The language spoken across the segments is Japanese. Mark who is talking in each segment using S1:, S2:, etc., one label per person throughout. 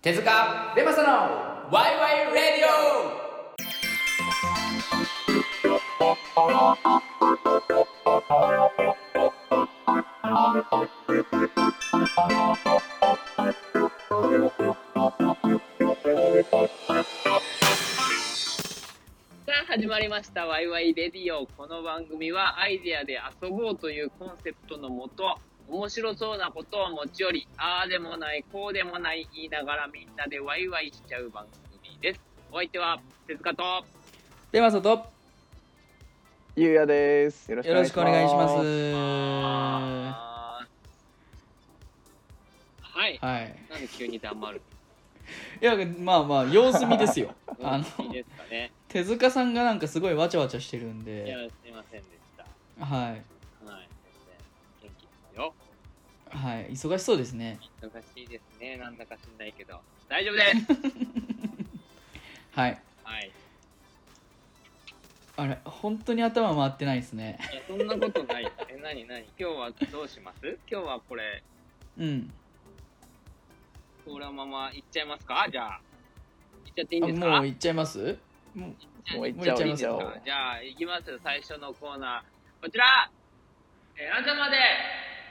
S1: 手塚レマサのワイワイレディ
S2: さあ始まりました「ワイワイレディオ」この番組はアイデアで遊ぼうというコンセプトのもと面白そうなことを持ち寄りああでもないこうでもない言いながらみんなでワイワイしちゃう番組ですお相手は手塚とは
S1: オレマサと
S3: ゆうやです。よろ
S1: よろしくお願いします
S2: い
S1: はい
S2: なんで急に黙る
S1: いやまあまあ様子見です よあ
S2: いい
S1: の
S2: ですかね
S1: 手塚さんがなんかすごいわちゃわちゃしてるん
S2: いや
S1: です
S2: いませんでした
S1: はい
S2: はい全然元気ですよ
S1: はい忙しそうですね
S2: 難しいですねなんだか知んないけど大丈夫 です
S1: はい
S2: はい
S1: あれ本当に頭回ってないですね
S2: いや、そんなことない。え、なになに今日はどうします今日はこれ、
S1: うん
S2: このまま行っちゃいますかじゃあ。行っちゃっていいん
S1: あ
S2: です
S1: も
S2: か
S1: う行っちゃいますもう
S2: じゃあ
S3: もう
S2: いい
S3: 行っちゃおう
S2: で
S3: 行っ
S2: す
S3: ちゃお
S2: か
S3: う。
S2: じゃあ、行きます。最初のコーナー。こちらえー、あなたまで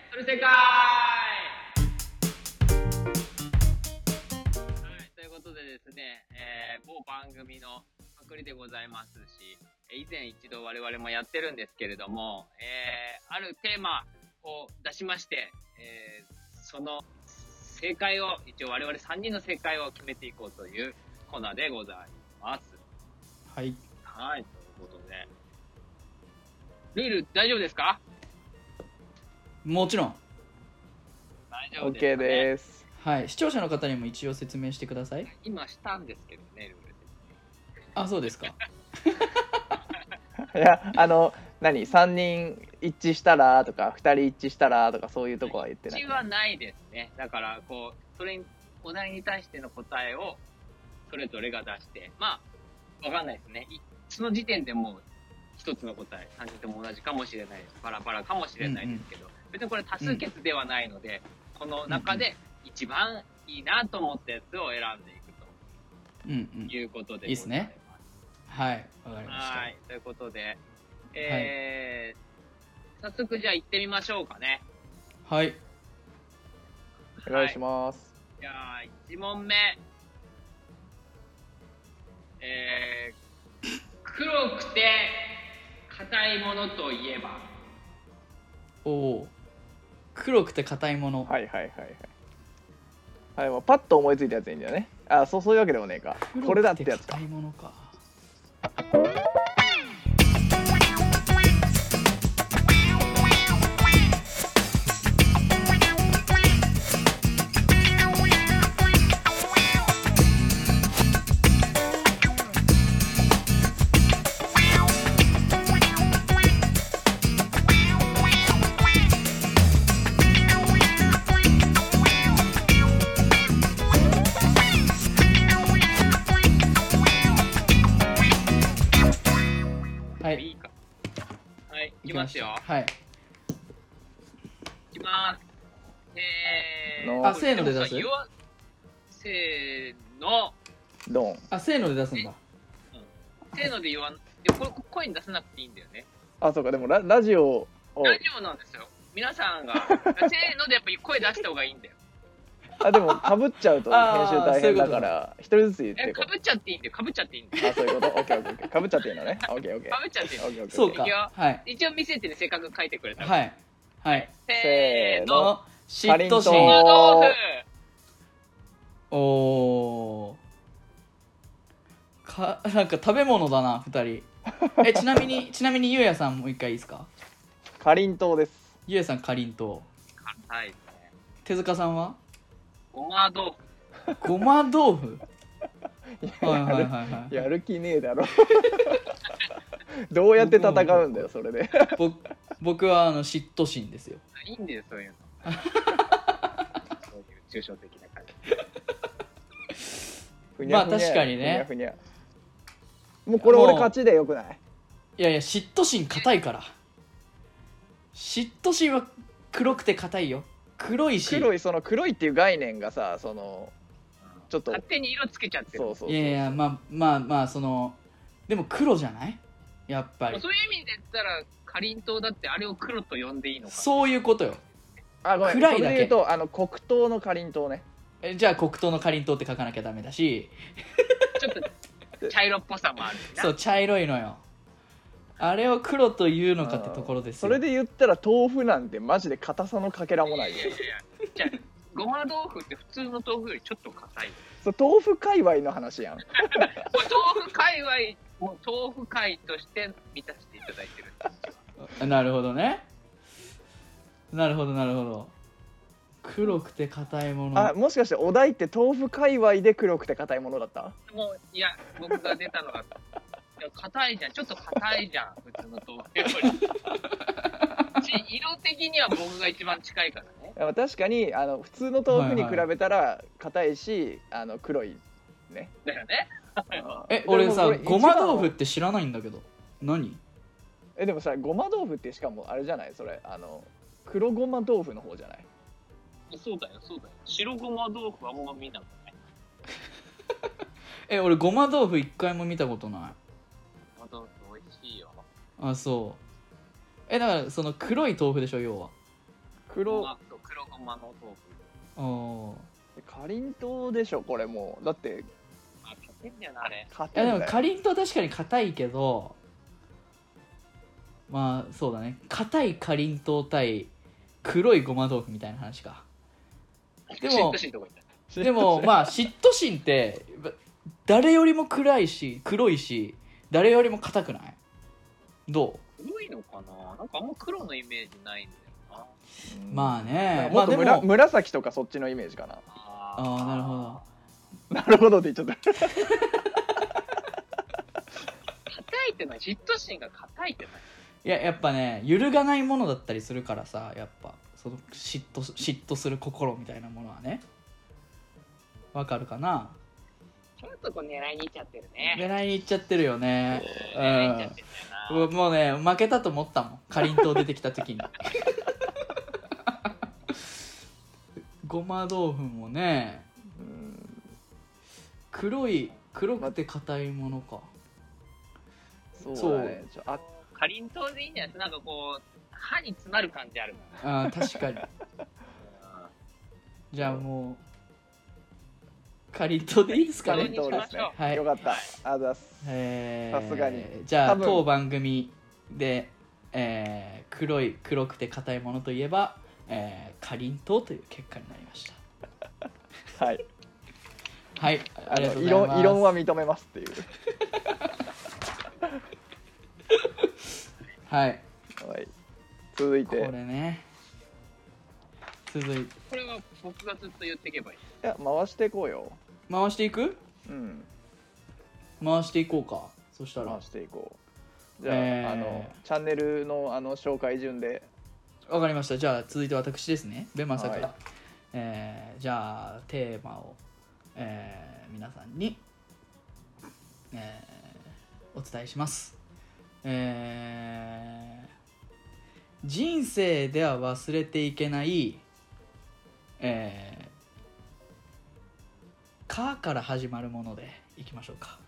S2: それ世界はい、ということでですね、えー某番組のパクリでございますし、えー以前一度我々もやってるんですけれども、えーあるテーマを出しまして、えーその正解を、一応我々3人の正解を決めていこうというコーナーでございます。
S1: はい
S2: はい、ということで。ルール大丈夫ですか
S1: もちろん
S2: 大丈
S3: オ
S2: 夫
S3: ッケー
S2: です
S3: です。
S1: はい視聴者の方にも一応説明してください
S2: かね。今したんですけどね、ルール
S1: あそうですか
S3: いや、あの、何、三人一致したらとか、二人一致したらとか、そういうとこは言って
S2: で。
S3: な
S2: 一
S3: い
S2: 致。はないですね。だから、こう、それに、お題に対しての答えを、それぞれが出して、まあ、わかんないですね。いその時点でもう、一つの答え、3人とも同じかもしれないです。バラバラかもしれないですけど、別にこれ多数決ではないので、この中で一番いいなと思ったやつを選んでいく
S1: うんうん
S2: ということで
S1: いいっすね
S2: ござます。
S1: はいわかりました
S2: はい、ということで、えー早速じゃあ行ってみましょうかね。
S1: はい
S3: お願いします。
S2: じゃあ1問目。えー黒くて硬いものといえば、
S1: おお黒くて硬いもの、
S3: はいはいはいはい。はい、もうパッと思いついたやつでいいんだよね。あ、そう、そういうわけでもねえか。これだってやつ
S1: 黒く
S3: か
S1: 硬。いものかはい
S2: いいか。はい、行
S1: 行
S2: きますよ。
S1: はい
S2: 行きます。えー、
S3: のあ
S1: せーので出す
S2: 言わせーの。
S3: ドン。
S1: あせーので出すんだ
S2: せーので言わん。でもこれ声に出さなくていいんだよね。
S3: あ、そうか、でもララジオを。
S2: 大丈夫なんですよ。皆さんが、せーのでやっぱり声出した方がいいんだよ。
S3: あ、でも、かぶっちゃうと編集大変だか
S1: あ
S3: ら、一人ずつ言って
S2: え、
S3: いこ
S2: かぶっちゃっていいんだよ。かぶっちゃっていいんだよ。
S3: う。あ、そういうこと。オッケーオッケーオッケー。かぶっちゃっていいのね。オッケーオッケー。
S2: か
S3: オ
S2: ぶっちゃっていいんだよ。
S3: ッケーオッケー。
S1: そう
S2: い
S1: か
S2: くよ
S1: はい
S2: 一応見せてね、せっかく書いてくれたから。
S1: はいはい
S2: せーの。
S1: の嫉妬
S3: かりん
S1: 心
S3: と
S2: 麻
S1: おおーか なんか食べ物だな2人えちなみ にちなみにゆうやさんもう一回いいですか
S3: かりんとうです。
S1: ゆうやさんかりんと
S2: 婆豆腐。はいね。
S1: う手塚さんは
S2: ごま豆腐。
S1: ごま豆 腐はいはいはいはい
S3: やる気ねえだろ どうやって戦うんだよそれで
S1: 僕僕はあの嫉妬心ですよ
S2: いいんだよ、そういうの。そういう抽象的な感じ。
S3: ふにゃふにゃ
S1: まあ確かにね
S3: ふにゃふにゃもうこれ俺
S1: もう
S3: 勝ちでよくない
S1: いやいや嫉妬心硬いから嫉妬心は黒くて硬いよ黒いし
S3: 黒いその黒いっていう概念がさそのちょっと
S2: 勝手に色つけちゃってる
S3: そうそうそう
S1: いやいやまあまあまあそのでも黒じゃないやっぱり
S2: そういう意味で言ったらかりんとうだってあれを黒と呼んでいいのか
S1: そういうことよ
S3: あごめん
S1: 暗いだけ
S3: それで言うとあの黒糖のかりんとうね
S1: えじゃあ黒糖のかりんとうって書かなきゃダメだし
S2: ちょっと茶色っぽさもあるしな
S1: そう茶色いのよあれを黒というのかってところですよ
S3: それで言ったら豆腐なんてマジで硬さのかけらもないよ
S2: いや いやいやじゃあごま豆腐って普通の豆腐よりちょっと硬い
S3: そう豆腐界隈の話やん
S2: これ豆腐界隈も豆腐界として満たしていただいてるんですよ
S1: なるほどねなるほどなるほど黒くて硬いもの
S3: あもしかしてお題って豆腐界隈で黒くて硬いものだった
S2: もういや僕が出たのがいや硬いじゃんちょっと硬いじゃん普通の豆腐よ りし色的には僕が一番近いからね
S3: あ確かにあの普通の豆腐に比べたら硬いし、あの黒いね
S2: だよね
S1: え俺さ
S3: でもこ
S1: ご
S3: れ
S1: ま
S3: 一番
S1: 豆腐って知らないんだけど何
S3: えでもさごま豆腐ってしかもあれじゃないそれあの黒ごま豆腐の方じゃない
S2: そうだよそうだよ白ごま豆腐はあんま見なくない
S1: え俺ごま豆腐一回も見たことない
S2: ごま豆腐美味しいよ
S1: あそうえだからその黒い豆腐でしょ要は
S3: 黒
S2: ごまと黒ごまの豆腐
S1: あ
S3: かりんとうでしょこれもうだって
S2: あ硬いんだよなあれ
S1: あい
S3: 硬い
S1: やで
S3: ん
S1: も
S3: だよ
S1: かりんとう確かに硬いけどまあそうだね硬いかりんとう対黒いごま豆腐みたいな話かでも
S2: しっとしいとこ行った
S1: で もまあ嫉妬心ってば誰よりも暗いし黒いし誰よりも硬くないど
S2: 黒いのかななんかあんま黒のイメージないんだよな
S1: うまあ
S3: なん
S1: ねま
S3: かも
S1: あ
S3: っ
S1: で
S3: と
S1: も
S3: むら紫とかそっちのイメージかな
S2: あ
S1: あーなるほど
S3: なるほどって言っち ゃっ
S2: 硬いってのは嫉妬心が硬いってのはい
S1: ややっぱね揺るがないものだったりするからさやっぱその嫉妬す嫉妬する心みたいなものはねわかるかな
S2: ちょっとこう狙いにいっちゃってるね
S1: 狙いに行っちゃってるよね
S2: 狙いにいっちゃってるんだよ
S1: うもうね負けたと思ったもんかりんとう出てきた 時にごま豆腐もね
S3: たうん
S1: 黒い黒くて硬いものか
S3: そうだねちょあ
S2: なかりんとうでいいんじゃないですかなんかこう歯に詰まる感じあるか
S1: あー確かに
S2: ら
S1: じゃあもうかりんとうでいいですか
S3: かり
S1: ね
S3: んとうですね、
S1: はい
S3: よかったあざっす
S1: えー
S3: さすがに
S1: じゃあ
S3: 多分
S1: 当番組で、えー黒い黒くて硬いものといえば、えー、かりんとうという結果になりました
S3: はい
S1: はいあ
S3: あ
S1: りがと
S3: の
S1: う
S3: 異
S1: ございま
S3: 論
S1: す
S3: 異論は認めますっていう
S1: はい
S3: はい続い
S1: こ
S3: て
S1: れね続いて
S2: これは僕がずっと言っていけばいい
S3: いや回していこうよ
S1: 回していく
S3: うん
S1: 回していこうかそしたら
S3: 回していこうじゃあ,、
S1: えー
S3: あのチャンネルのあの紹介順で
S1: わかりましたじゃあ続いて私ですねベマサから、
S3: はい
S1: えーじゃあテーマを、えー皆さんに、えーお伝えします、えー人生では忘れていけないえーかから始まるものでいきましょうか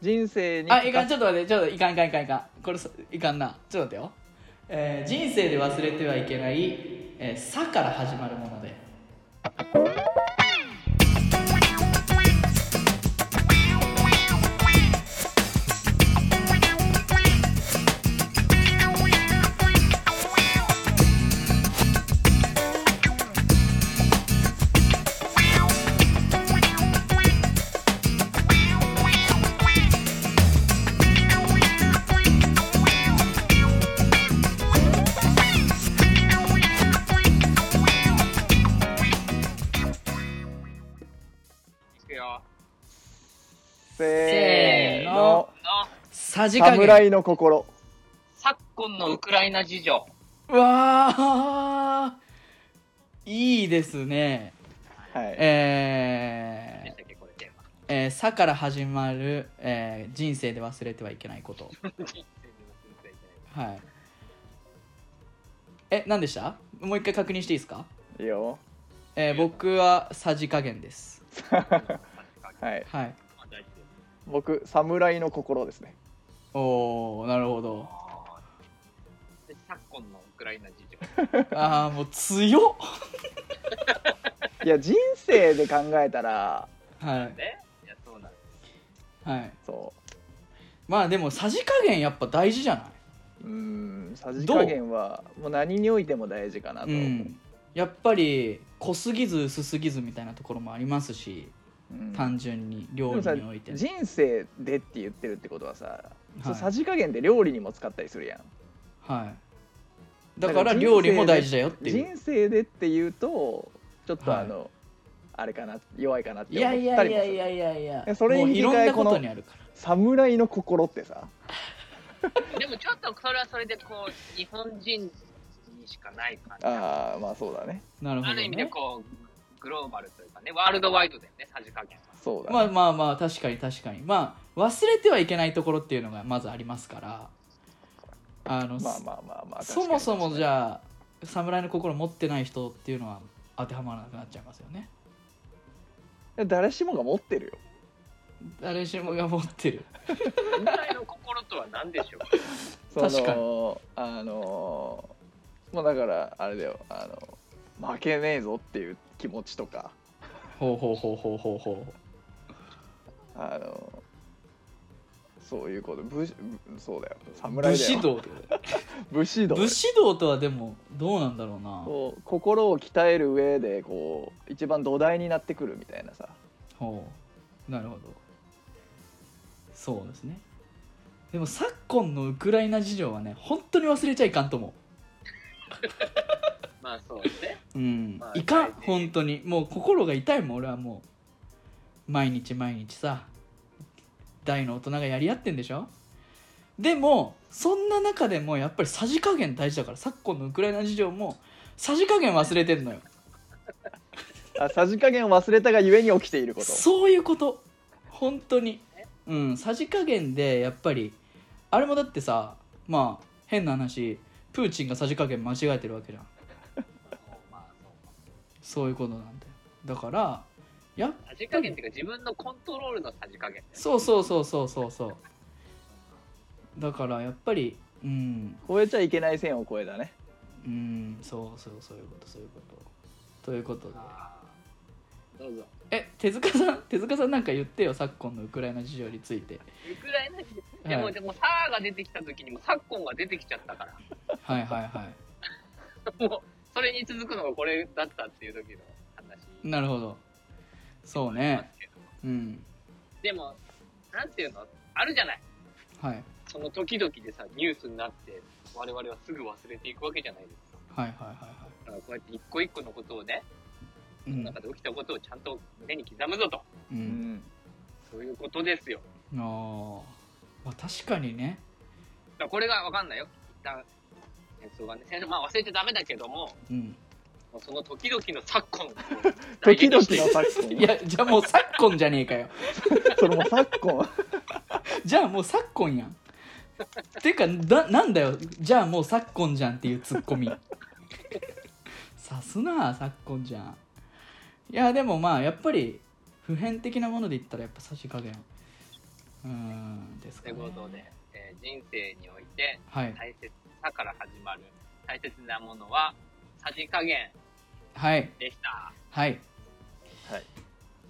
S3: 人生に
S1: あいかんちょっと待ってちょっといかんいかんいかんいかんこれそいかんなちょっと待ってよ、えー人生で忘れてはいけない「えーさ」から始まるもので
S2: いくよ
S3: せーの
S2: の
S1: さじ加減
S3: 侍の心
S2: 昨今のウクライナ事情
S1: うわあいいですね
S3: はい
S1: え
S2: でし
S1: ー
S2: たっけこれテ ーマ
S1: えーさ」から始まる、えー人生で忘れてはいけないことはいえ何でしたもう一回確認していいですか、
S3: いいよ
S1: えー僕はさじ加減です
S3: はい、
S1: はい
S2: まあ大事です。
S3: 僕侍の心ですね
S1: おおなるほど
S2: あーで昨今のウクライナ事情。
S1: ああもう強っ
S3: いや人生で考えたら
S1: はい
S2: ね。いや、そうなんです。
S1: はい
S3: そ
S1: まあでもさじ加減やっぱ大事じゃないう
S3: うんさじ
S1: どう
S3: 加減はもう何においても大事かなと
S1: う
S3: 思う、
S1: ん、やっぱり濃すぎず薄すぎずみたいなところもありますし、
S3: うん
S1: 単純に料
S3: で
S1: 理
S3: もさ
S1: において
S3: 人生でって言ってるってことはさ、そうさ
S1: は
S3: じ加減で料理にも使ったりするやん
S1: い、はい、だから料理も大事だよっていう
S3: 人生でって言うとちょっと
S1: はい
S3: あの、あれかな弱いかなって
S1: い
S3: 思
S1: や
S3: ったりも
S1: い
S3: する
S1: やいやいやいやいや
S3: いやそれに
S1: もういろん
S3: 引き換え
S1: な
S3: こ
S1: こ
S3: の
S1: とにあるか
S3: 侍の心ってさ
S2: でもちょっとそれはそれでこう、日本人にしかない感じ。
S3: ああまあそうだね
S1: らなるほ
S2: あ
S1: ど、
S2: る意味で
S1: ね、
S2: こう、グローバルというかね、ワールドワイドだよね、さじ 加減は。
S3: そうだね、
S1: まあまあまあ確かに確かにまあ忘れてはいけないところっていうのがまずありますからあの、
S3: まあまあまあまあ
S1: そもそもじ
S3: ゃ
S1: ゃあ侍の心持ってない人っていうのは当てはまらなくなっちゃいますよね
S3: 誰しもが持ってるよ
S1: 誰しもが持ってる
S2: ぐらいの心とは何でしょう
S3: その
S1: 確か
S3: あのーもうだからあれだよあの負けねえぞっていう気持ちとか
S1: ほうほうほうほうほうほう
S3: あのーそういうこと武士そうだよ
S1: 武
S3: 侍だよ
S1: 士道ってことだよ
S3: 武士道
S1: 武士道とはでもどうなんだろうなほ
S3: こう心を鍛える上でこう一番土台になってくるみたいなさ
S1: うなるほどそうですねでも昨今のウクライナ事情はね本当に忘れちゃいかんと思
S2: まあそうですね。
S1: ううん、
S2: まあ
S1: いかん
S2: 大事に
S1: 本当にもう心が痛いもん俺はもう毎日毎日さ大の大人がやり合ってんでしょでもそんな中でもやっぱりさじ加減大事だから昨今のウクライナ事情もさじ加減忘れてんのよ
S3: あさじ加減を忘れたがゆえに起きていること
S1: そういうこと本当にうんさじ加減でやっぱりあれもだってさまあ変な話プーチンがさじ加減間違えてるわけじゃん
S2: まあそう
S1: そういうことなんだよだからやっ
S2: さじ加減っていうか自分のコントロールのさじ加減。
S1: そうそうそうそうそうそうだからやっぱりうん
S3: 超えちゃいけない線を越えたね
S1: うんそうそうそういうことそういうことということで
S2: どうぞ。
S1: え手塚さん手塚さんなんか言ってよ昨今のウクライナ事情について
S2: ウクライナ人で
S1: は
S2: も、
S1: い
S2: でも、サーが出てきた時にも、昨今が出てきちゃったから、
S1: はいはいはい
S2: もう、それに続くのがこれだったっていう時の話
S1: なるほどそう
S2: なんで
S1: ね
S2: すけど、
S1: うん
S2: でも、なんていうのあるじゃない。
S1: はい
S2: その時々でさ、ニュースになって、我々はすぐ忘れていくわけじゃないですか。
S1: はいはいは
S2: だからこうやって一個一個のことをね、
S1: いはい。う
S2: その
S1: ん
S2: 中で起きたことをちゃんと胸に刻むぞと。
S1: う。
S3: うんん
S2: そういうことですよ。
S1: あーまあ確かにね。
S2: だからこれがわかんないよ。一旦、戦争がね、 戦争、まあ忘れちゃダメだけども、
S1: うん。
S2: もうその時々の昨今を
S3: 時々の
S2: して
S3: 昨
S1: い
S3: 今
S1: やじゃあもう昨今じゃねえかよ。
S3: それも昨今
S1: じゃあもう昨今やん。ていうかななんだよじゃあもう昨今じゃんっていうツッコ ミ。さすな昨今じゃん。いやでもまあやっぱり普遍的なもので言ったらやっぱ差し加減。うーんです
S2: と
S1: か
S2: い
S1: ね。
S2: うことで、えー人生において
S1: はい
S2: 大切さから始まる大切なものはさじ加減
S1: はい
S2: でした。
S1: はい。
S3: はい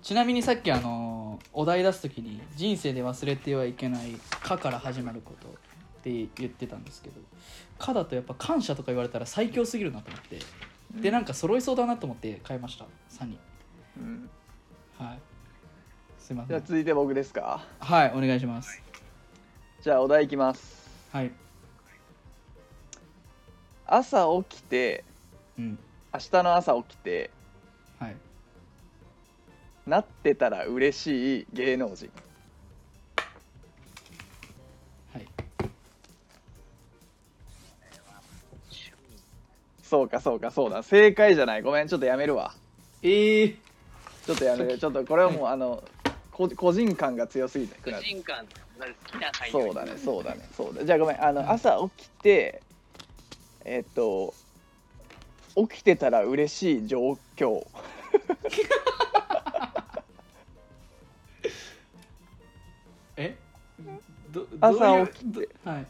S1: ちなみにさっきあのーお題出す時に「人生で忘れてはいけない「か」から始まることって言ってたんですけど「か」だとやっぱ「感謝」とか言われたら最強すぎるなと思ってでなんか揃いそうだなと思って買いました3人
S3: うん
S1: はいすいま
S3: じ
S1: せ
S3: ゃあ
S1: ん
S3: 続いて僕ですか
S1: はいお願いします
S3: じゃあお題いきます
S1: はい
S3: 朝起きて
S1: うん
S3: 明日の朝起きて
S1: はい
S3: なってたら嬉しい芸能人
S1: はい
S2: 趣味
S3: そうかそうかそうだ正解じゃないごめんちょっとやめるわ
S1: ええ
S3: ちょっとやめるちょっとこれはもうあのこ個人感が強すぎて
S2: 個人間の好きな俳優
S3: そうだねそうだねそうだじゃあごめんあ
S1: うん
S3: の朝起きてえっと起きてたら嬉しい状況
S1: ど
S3: 朝起
S1: きてはい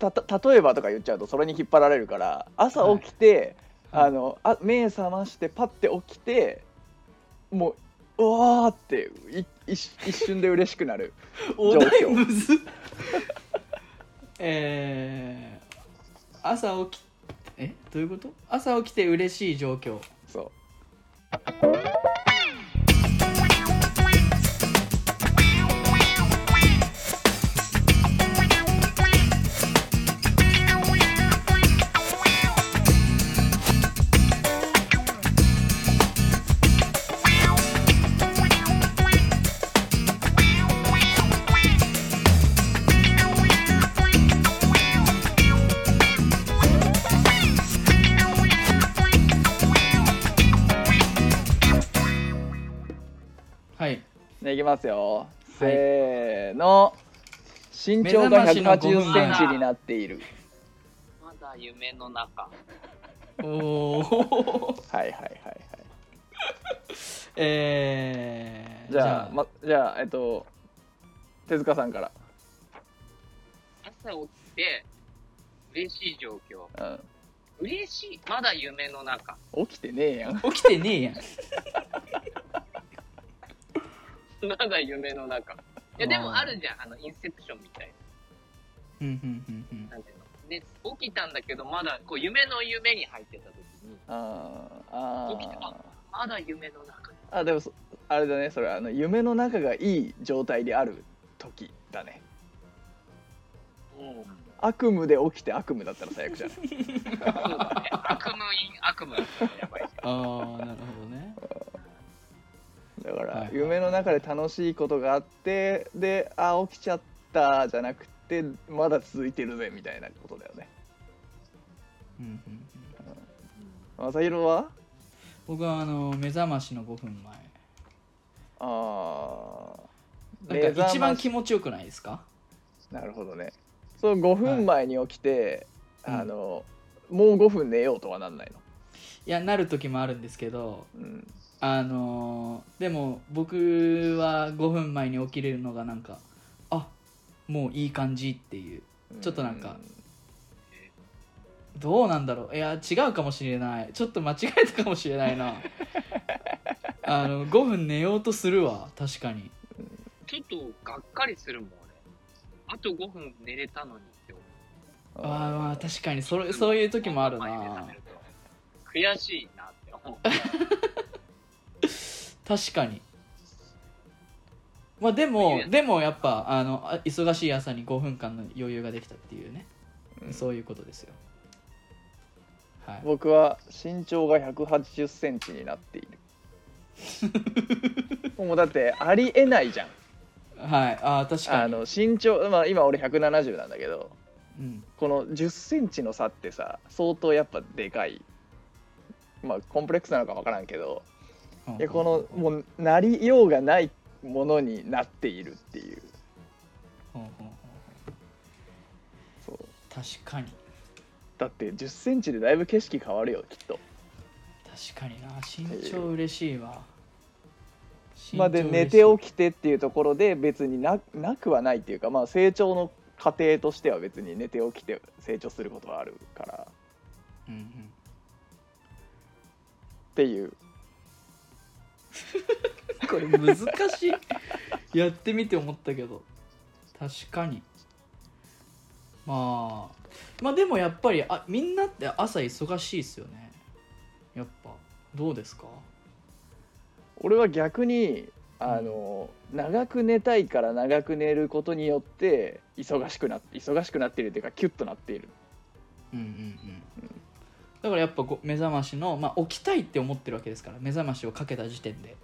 S3: たた例えばとか言っちゃうとそれに引っ張られるから朝起きて、
S1: はい
S3: あのあ目覚ましてパッて起きてもううわーってい一一瞬で嬉しくなる
S1: お題
S3: 状況
S1: むずっ えー、朝起きえどういうこと朝起きて嬉しい状況
S3: そう
S1: はい
S3: でいきますよ、
S1: はい
S3: せーの身長が1 8 0ンチになっている
S2: まだ夢の中。
S1: おお
S3: はいはいはいはい
S1: えー、
S3: じゃあま、じゃあえっと手塚さんか
S2: 朝起きて、嬉しい状況。
S3: ら、
S2: 嬉しい。まだ夢の中。
S3: うん、起きてねえやん
S1: 起きてねえやん
S2: まだ夢の中。いや、でもあるじゃん。あの、インセプションみたい
S1: うんうんうんうん
S2: な。なんていうの。で、起きたんだけど、まだ、こう、夢の夢に入ってた時に、
S3: あーあ
S2: 起きて
S3: ー
S2: まだ夢の中。
S3: あでもそあれだねそれあの夢の中がいい状態である時だね
S2: うん。
S3: 悪夢で起きて悪夢だったら最悪じゃ ん
S2: そうだね。悪夢イン悪夢。やばい。
S1: ああなるほどね
S3: だか
S1: はい
S3: ら
S1: はい
S3: 夢の中で楽しいことがあってであ起きちゃったじゃなくてまだ続いてるぜみたいなことだよね
S1: うんうんうん
S3: 正宏は
S1: 僕はあの目覚ましの5分
S3: あー
S1: 前なんか一番
S3: 目覚
S1: 気持ちよくないですか
S3: ましなるほどねその5分前に起きて、
S1: はい
S3: あの、もう5分寝ようとはなんな
S1: い
S3: い
S1: やなる時もあるんですけど
S3: の、うん、
S1: あのーでも僕は5分前に起きれるのがなんかあもういい感じっていうちょっとなんかどうなんだろういや違うかもしれないちょっと間違えたかもしれ ないなあの5分寝ようとするわ確かに
S2: ちょっとがっかりするもん、俺。あと5分寝れたのにって思う。
S3: うん
S1: あーまあ確かにそれそういう時もある
S2: 前に目覚
S1: な
S2: めると悔しいなって思う。
S1: 確かにまあでもでもやっぱあのあ忙しい朝に5分間の余裕ができたっていうね、
S3: うん
S1: そういうことですよはい
S3: 僕は身長が1 8 0センチになってい るもうだってありえないじゃん
S1: はい、あー確かに
S3: あの身長、まあ、今俺170なんだけど
S1: うん、
S3: この1 0ンチの差ってさ相当やっぱでかいまあコンプレックスなのか分からんけどいやこのもうなりようがないものになっているっていう
S1: ほうほうほう
S3: そう
S1: 確かに
S3: だって1 0ンチでだいぶ景色変わるよきっと
S1: 確かにな身長嬉しいわ、
S3: まあで寝て
S1: き
S3: 起きてっていうところで別にななくはないっていうか、まあ、成長の過程としては別に寝て起きて成長することはあるから
S1: うんうん
S3: っていう
S1: これ難しい やってみて思ったけど確かにまあまあでもやっぱりあみんなって朝忙しいですよねやっぱどうですか
S3: 俺は逆にあの、長く寝たいから長く寝ることによって忙しくなって忙しくなっているっていうかキュッとなっている
S1: うんうんうんだからやっぱこう目覚ましの、まあ、起きたいって思ってるわけですから目覚ましをかけた時点で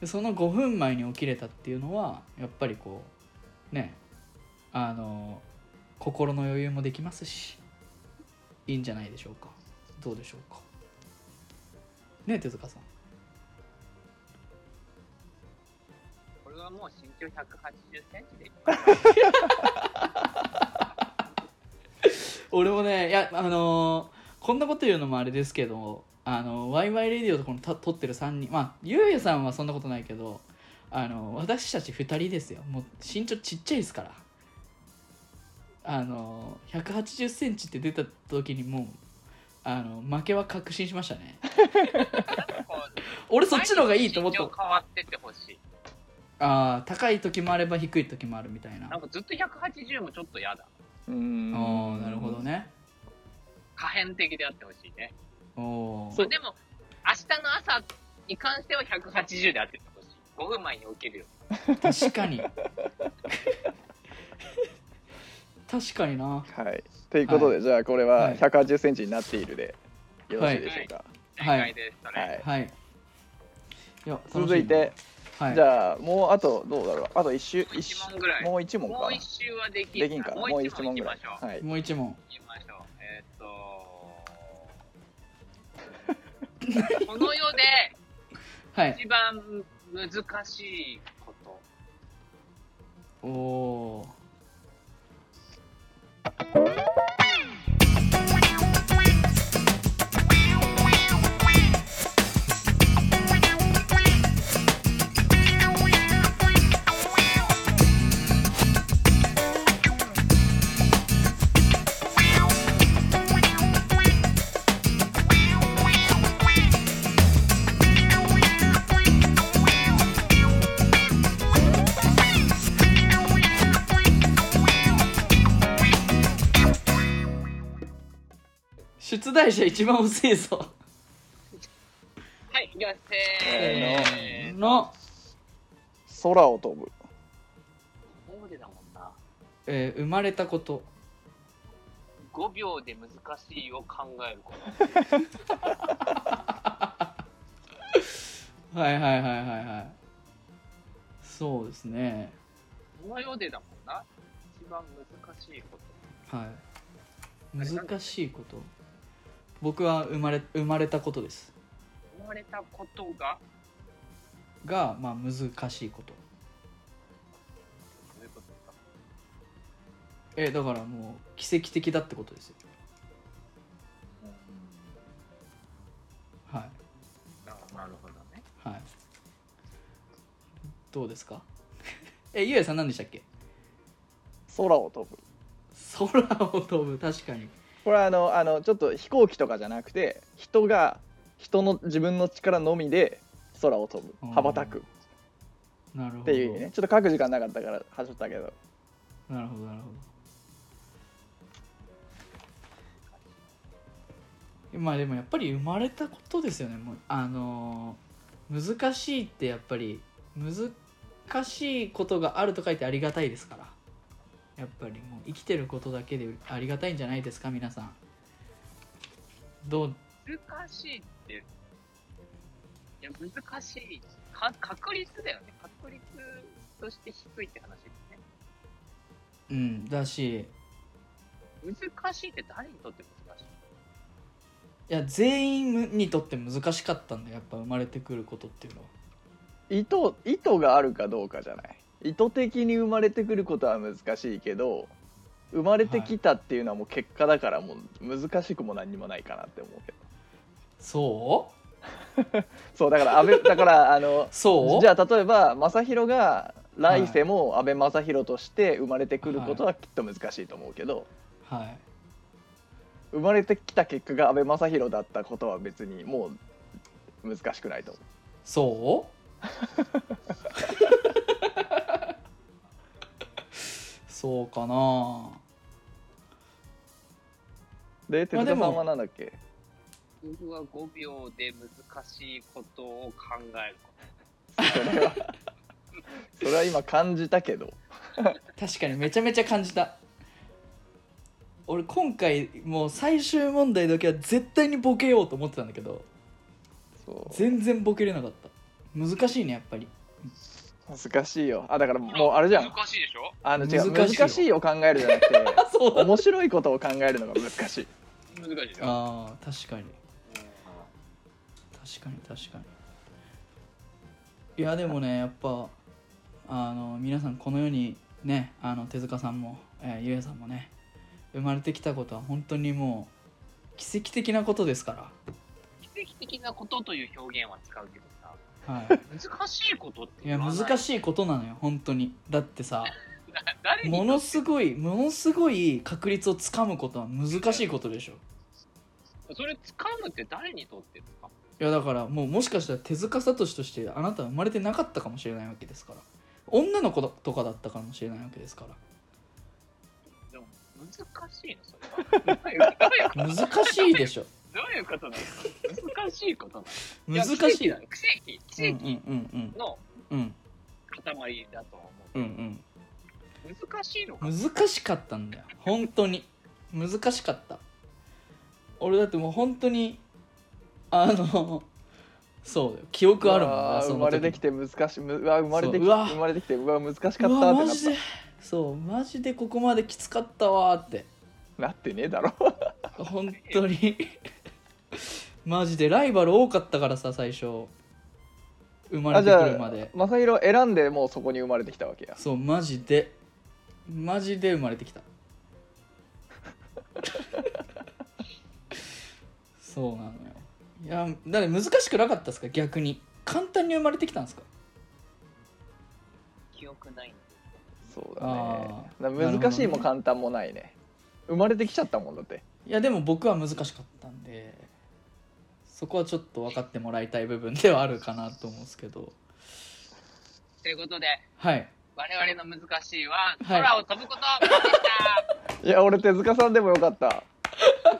S1: でその5分前に起きれたっていうのはやっぱりこうねあの心の余裕もできますしいいんじゃないでしょうかどうでしょうかねえ手塚さん
S2: これはもう身長180センチでいい
S1: 俺もねいやあのーこんなこと言うのもあれですけどあのワイワイレディオとこのた撮ってる3人まあゆうやさんはそんなことないけどあの私たち2人ですよもう身長ちっちゃいですからあの1 8 0ンチって出た時にもうあの負けは確信しまし たね
S2: こう
S1: 俺そっちの方がいいと思った
S2: 毎日身長変わってってほしい。
S1: ああ高い時もあれば低い時もあるみたいな
S2: なんかずっと180もちょっと嫌だ。
S3: う
S1: あ
S3: ん
S1: あなるほどね
S2: 可変的であってほしいね。
S1: おおー
S2: まあでも、明日の朝に関しては180であっててほしい。5分前に起きるよ。
S1: 確かに確かにな
S3: はいということで、
S1: は
S3: じゃあこれ
S1: は
S3: はい1 8 0ンチになっているでよろしいでしょうか、
S2: 正
S1: はい
S2: 解です。それ。
S3: はい
S1: はいいや楽しみ
S3: 続いて、
S1: はい、
S3: じゃあもうあとどうだろうあと1周
S2: もう一問ぐらい
S3: もう1問
S2: も
S3: か
S2: う一周はでき
S3: できんかなも
S2: も
S3: う
S2: う
S3: 1
S2: 一問
S3: 問
S2: いき
S3: ぐら
S2: ま
S3: い
S2: しょう。
S3: はい
S1: もう一問
S2: いきましょう。えー っと。この世で
S1: はい
S2: 一番難しいこと。
S1: おお出題者一番遅いぞ
S2: はい、いきます。
S1: せ
S2: せ
S1: ー
S2: ーの。
S1: の
S3: 空を飛ぶ
S2: そうでだもんな。
S1: えー生まれたこと
S2: 5秒で難しいを考える こと。
S1: はいはいはいはいはいそうですね
S2: この世でだもんな。一番難しいこと。
S1: はい難しいこと僕は生まれ生まれたことです
S2: 生まれたことが
S1: が、まあ、難しいこと
S2: どういうことですか
S1: えだからもう奇跡的だってことですよは
S2: なるほどね。
S1: いはいどうですか えゆうやさん何でしたっけ
S3: 空を飛ぶ
S1: 空を飛ぶ確かに
S3: これはあのあのちょっと飛行機とかじゃなくて人が人の自分の力のみで空を飛ぶ
S1: うん
S3: 羽ばたく
S1: なるほど
S3: っていう意味ねちょっと書く時間なかったからはしょったけど
S1: なるほどなるほどまあでもやっぱり生まれたことですよねもうあのー難しいってやっぱり難しいことがあると書いてありがたいですからやっぱりもう生きてることだけでありがたいんじゃないですか皆さんどう
S2: 難しいって。いや、難しい。か確率だよね。確率として低いって話です
S1: うんだし
S2: ね。難しいって誰にとって難しい
S1: いや全員にとって難しかったんだよやっぱ生まれてくることっていうのは
S3: 意図意図があるかどうかじゃない意図的に生まれてくることは難しいけど生まれてきたっていうのはもう結果だからもう難しくも何にもないかなって思うけど
S1: そう
S3: そうだから安倍だからあ の
S1: そう
S3: じゃあ例えば正弘が来世も安倍正弘として生まれてくることはきっと難しいと思うけど、
S1: はい
S3: 生まれてきた結果が安倍正弘だったことは別にもう難しくないと思
S1: そうそうかなまあ
S3: うで哲
S1: で
S3: 田
S1: も
S3: さんはなんだっけ、
S2: 僕は5秒で難しいことを考えるこ
S3: それは今感じた けど
S1: 確かにめちゃめちゃ感じた俺今回もう最終問題だけは絶対にボケようと思ってたんだけど
S3: そう
S1: 全然ボケれなかった難しいねやっぱり
S3: 難しいよあだから
S2: と。
S3: もうあれじゃん
S2: 難しいでしょ
S3: あの違う
S1: 難
S3: 難
S1: し
S3: し
S1: い
S3: い
S1: よ
S3: を考えるじゃなく て
S1: そうだ
S3: 面白いことを考えるのが難しい
S2: 難しいでしょ
S1: あー確かに
S2: うん
S1: 確かに確かにいやでもねやっぱあの皆さんこの世にねあの手塚さんも、えーゆうやさんもね生まれてきたことは本当にもう奇跡的なことですから
S2: 奇跡的なことという表現は使うけどさ、
S1: はい
S2: 難しいことって
S1: い や
S2: 言わない
S1: 難しいことなのよ本当にだって さ
S2: 誰に
S1: ものすごいものすごい確率をつかむことは難しいことでしょ
S2: それ掴むって誰にとってですか
S1: いやだからもうもしかしたら手塚聡としてあなたは生まれてなかったかもしれないわけですから女の子とかだったかもしれないわけですから
S2: でも難しいのそれはどういうどういうこと
S1: 難しいでしょ
S2: どういうことなんですか難しいことなんです
S1: 難し
S2: 奇
S1: い
S2: 跡
S1: だ
S2: だ奇跡
S1: うんう
S2: 奇
S1: んうん
S2: 跡の
S1: うん
S2: 塊だと思
S1: うんうん
S2: う難しいのか
S1: うん難しかったんだよ本当に難しかった俺だってもう本当にあのそうだよ記憶あるもん
S3: わ
S1: な
S3: あ
S1: そ
S3: 生
S1: の時
S3: まれてきて難しいうわ生まれて
S1: そ
S3: き
S1: ううわ
S3: 生まれてきてうわ難しかったって
S1: うわ
S3: な
S1: マ
S3: っ
S1: ジでそうマジでここまできつかったわーって
S3: たなってねえだろ
S1: 本当にマジでライバル多かったからさ最初生まれ
S3: あじ
S1: てく
S3: ゃ
S1: るま
S3: あ
S1: で
S3: 正宏選んでもうそこに生まれてきたわけや
S1: そうマジでマジで生まれてきたそうなのよいやだって難しくなかったですか逆に簡単に生まれてきたんですか
S2: 記憶ないんで
S3: そうだね
S1: あー
S3: だから難しい
S1: なるほど
S3: も
S1: ね
S3: 簡単もないね生まれてきちゃったもんだって
S1: いやでも僕は難しかったんでそこはちょっと分かってもらいたい部分ではあるかなと思うんですけど
S2: ということで
S1: はい
S2: 我々の難しいは
S1: はい
S2: 空を飛ぶことでした
S3: いや俺手塚さんでもよかった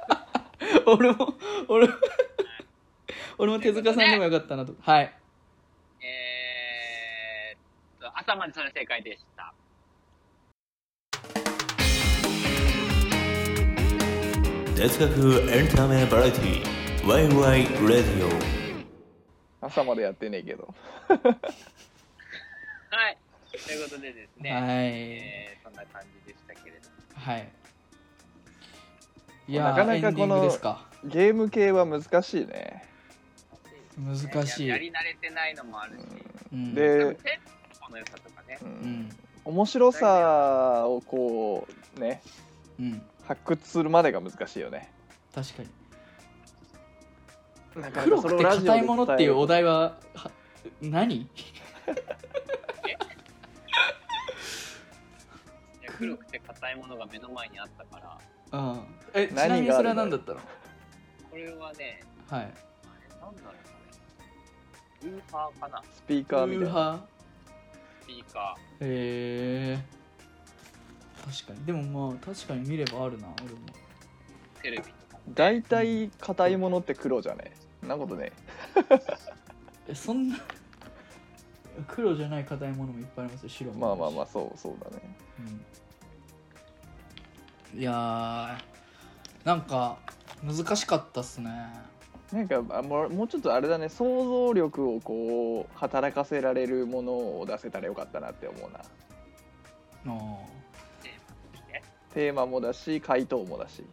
S1: 俺も俺も俺も手塚さんでもよかったなとはい
S2: えーっと朝までそれ正解でした
S4: 哲学エンタメバラエティーワイワイレディオ
S3: 朝までやってねえけど
S2: はいということでですね、
S1: はい
S2: えーそんな感じでしたけれども
S1: はいい
S3: な
S1: や
S3: か
S1: ーエンデ
S3: なか
S1: ィ
S3: こ
S1: ン
S3: の
S1: グですか
S3: ゲーム系は難しいね、
S1: 難しい
S2: ややり慣れてないのもあるし、
S1: うん
S2: で
S3: で
S2: もテンポの良さとかね
S3: う
S1: うんん
S3: 面白さをこうね
S1: うん
S3: 発掘するまでが難しいよね
S1: 確かに
S3: なかな
S1: 黒
S3: か
S1: く
S3: それを
S1: て
S3: ラジオで
S1: 硬いものっていうお題
S3: 伝
S1: はは何
S2: いや黒くて硬いものが目の前にあったから
S1: うんえち
S3: 何があるの
S1: なみにそれは何だったの
S2: これはね
S1: は
S2: あ
S1: い
S2: れなんだろうこれウーファーかな
S3: えるスピーカーみたいな
S1: ハ
S2: スピーカ
S1: へえ確かにでもまあ確かに見ればあるな俺も
S2: ーテレビとか
S3: 大体硬いものって黒じゃねえなことね
S1: えそんな 黒じゃない硬いものもいっぱいありますよ白
S3: え
S1: も
S3: まあ
S1: るし
S3: まあまあそうそうだね
S1: いやーなんか難しかったっすね
S3: なんかあもうもうちょっとあれだね想像力をこう働かせられるものを出せたらよかったなって思うな
S1: の
S2: テーマとして
S3: テーマもだし回答もだし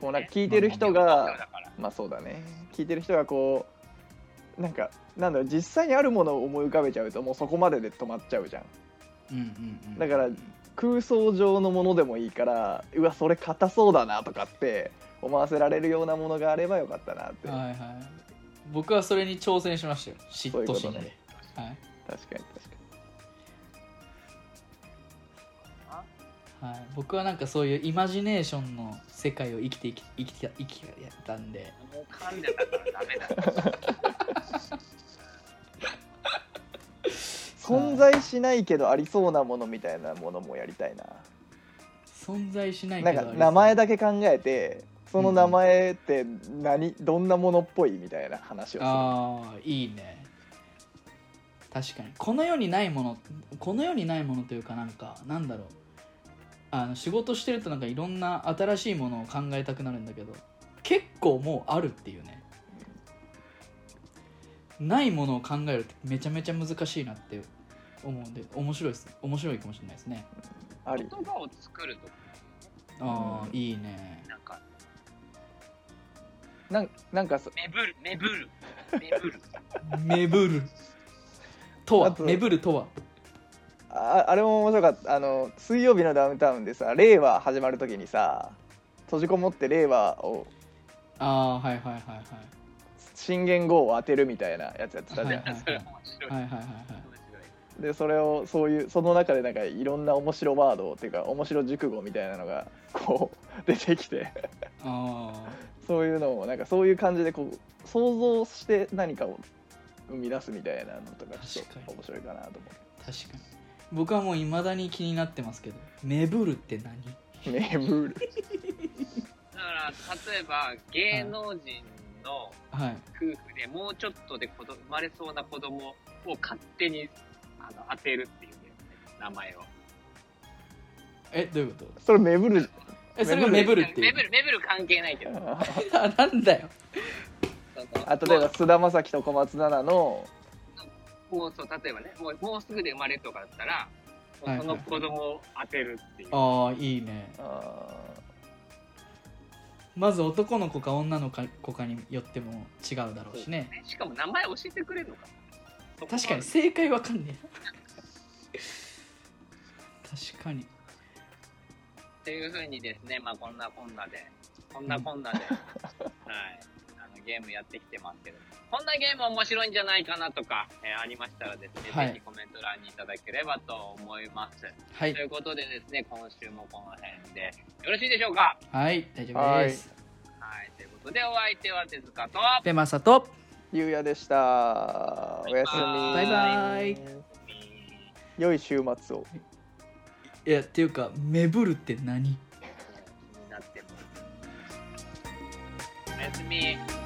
S3: こうなんか聞いてる人が
S2: だから
S3: まあそうだね聞いてる人がこうなんかなんだろう実際にあるものを思い浮かべちゃうともうそこまでで止まっちゃうじゃん
S1: うんうんうん
S3: だから空想上のものでもいいからうわそれ硬そうだなとかって思わせられるようなものがあればよかったなって
S1: はいはい僕はそれに挑戦しましたよ嫉妬
S3: そ
S1: 心
S3: ういう
S1: で
S3: こと
S1: は
S3: ね
S1: い
S3: 確かに確か
S1: はい、僕はなんかそういうイマジネーションの世界を生きていき生きて生きてやったんで
S2: もう噛んでたからダメ だ
S3: に存在しないけどありそうなものみたいなものもやりたいな
S1: 存在しない
S3: な
S1: け
S3: ん
S1: ど
S3: か名前
S1: だ
S3: だけ考えてその名前って何どんなものっぽいみたいな話をする
S1: ああいいね確かにこの世にないものこの世にないものというかなんかなんだろうあの仕事してるとなんかいろんな新しいものを考えたくなるんだけど結構もうあるっていうねないものを考えるってめちゃめちゃ難しいなって思うんで面白いです面白いかもしれないですね
S3: あり
S2: 言葉を作るとか
S1: ああ、
S3: うん
S1: いいね
S2: なんか
S3: なんなんかそ
S2: めぶるめぶるめぶる
S1: めぶると
S3: あ
S1: は
S3: と
S1: めぶるとは
S3: ああれも面白かったあの水曜日のダウンタウンでさ令和始まる時にさ閉じこもって令和を
S1: ああはいはいはいはい
S3: 震源号を当てるみたいなやつやってたじゃん、
S1: はい
S2: それ面白い。
S1: はいはいはい
S2: 面白い
S3: でそれをそういうその中でなんかいろんな面白ワードっていうか面白熟語みたいなのがこう出てきて
S1: あ
S3: そういうのをなんかそういう感じでこう想像して何かを生み出すみたいなのとかちょっ
S1: 確かに
S3: と面白いかなと思
S1: あ確かに僕はもういまだに気になってますけど「めぶる」って何
S3: うメブル
S2: だから、例えば、芸能人の
S1: はい
S2: 夫婦でもうちょっとで子供生まれそうな子供を勝手にあの当てるっていうね、名前を。
S1: えどういうこと
S3: それメブル
S1: えそれが「めぶる」ってい
S2: め
S1: う
S2: ぶる、めぶる関係ないけど。
S1: あ なんだよ
S3: あ例えば菅田将暉と小松菜 奈の
S2: もうそう例えばねもうもうすぐで生まれるとかだったら
S1: はいはい
S2: その子供を当てるっていう、
S1: ああいいね
S3: あ
S1: まず男の子か女の子かによっても違うだろうしね
S2: ねしかも名前教えてくれるのかな
S1: 確かに
S2: そ
S1: 正解わかんねえな確かに
S2: こっていうふうにですねまあこんなこんなでこんなこんなで、はいあのゲームやってきてますけどこんなゲーム面白いんじゃないかなとか、えーありましたらですね、
S1: はい
S2: ぜひコメント欄にいただければと思います
S1: は
S2: とい
S1: いう
S2: ことでですね今週もこの辺でよろしいでしょうか
S1: はい大丈夫です
S2: はいということでお相手は手塚と
S1: でまさと
S3: ーゆうやでしたおやすみ
S2: バイ
S1: バイ
S3: 良い週末を
S1: いやっていうか「めぶる」って何
S2: 気になってもおやすみ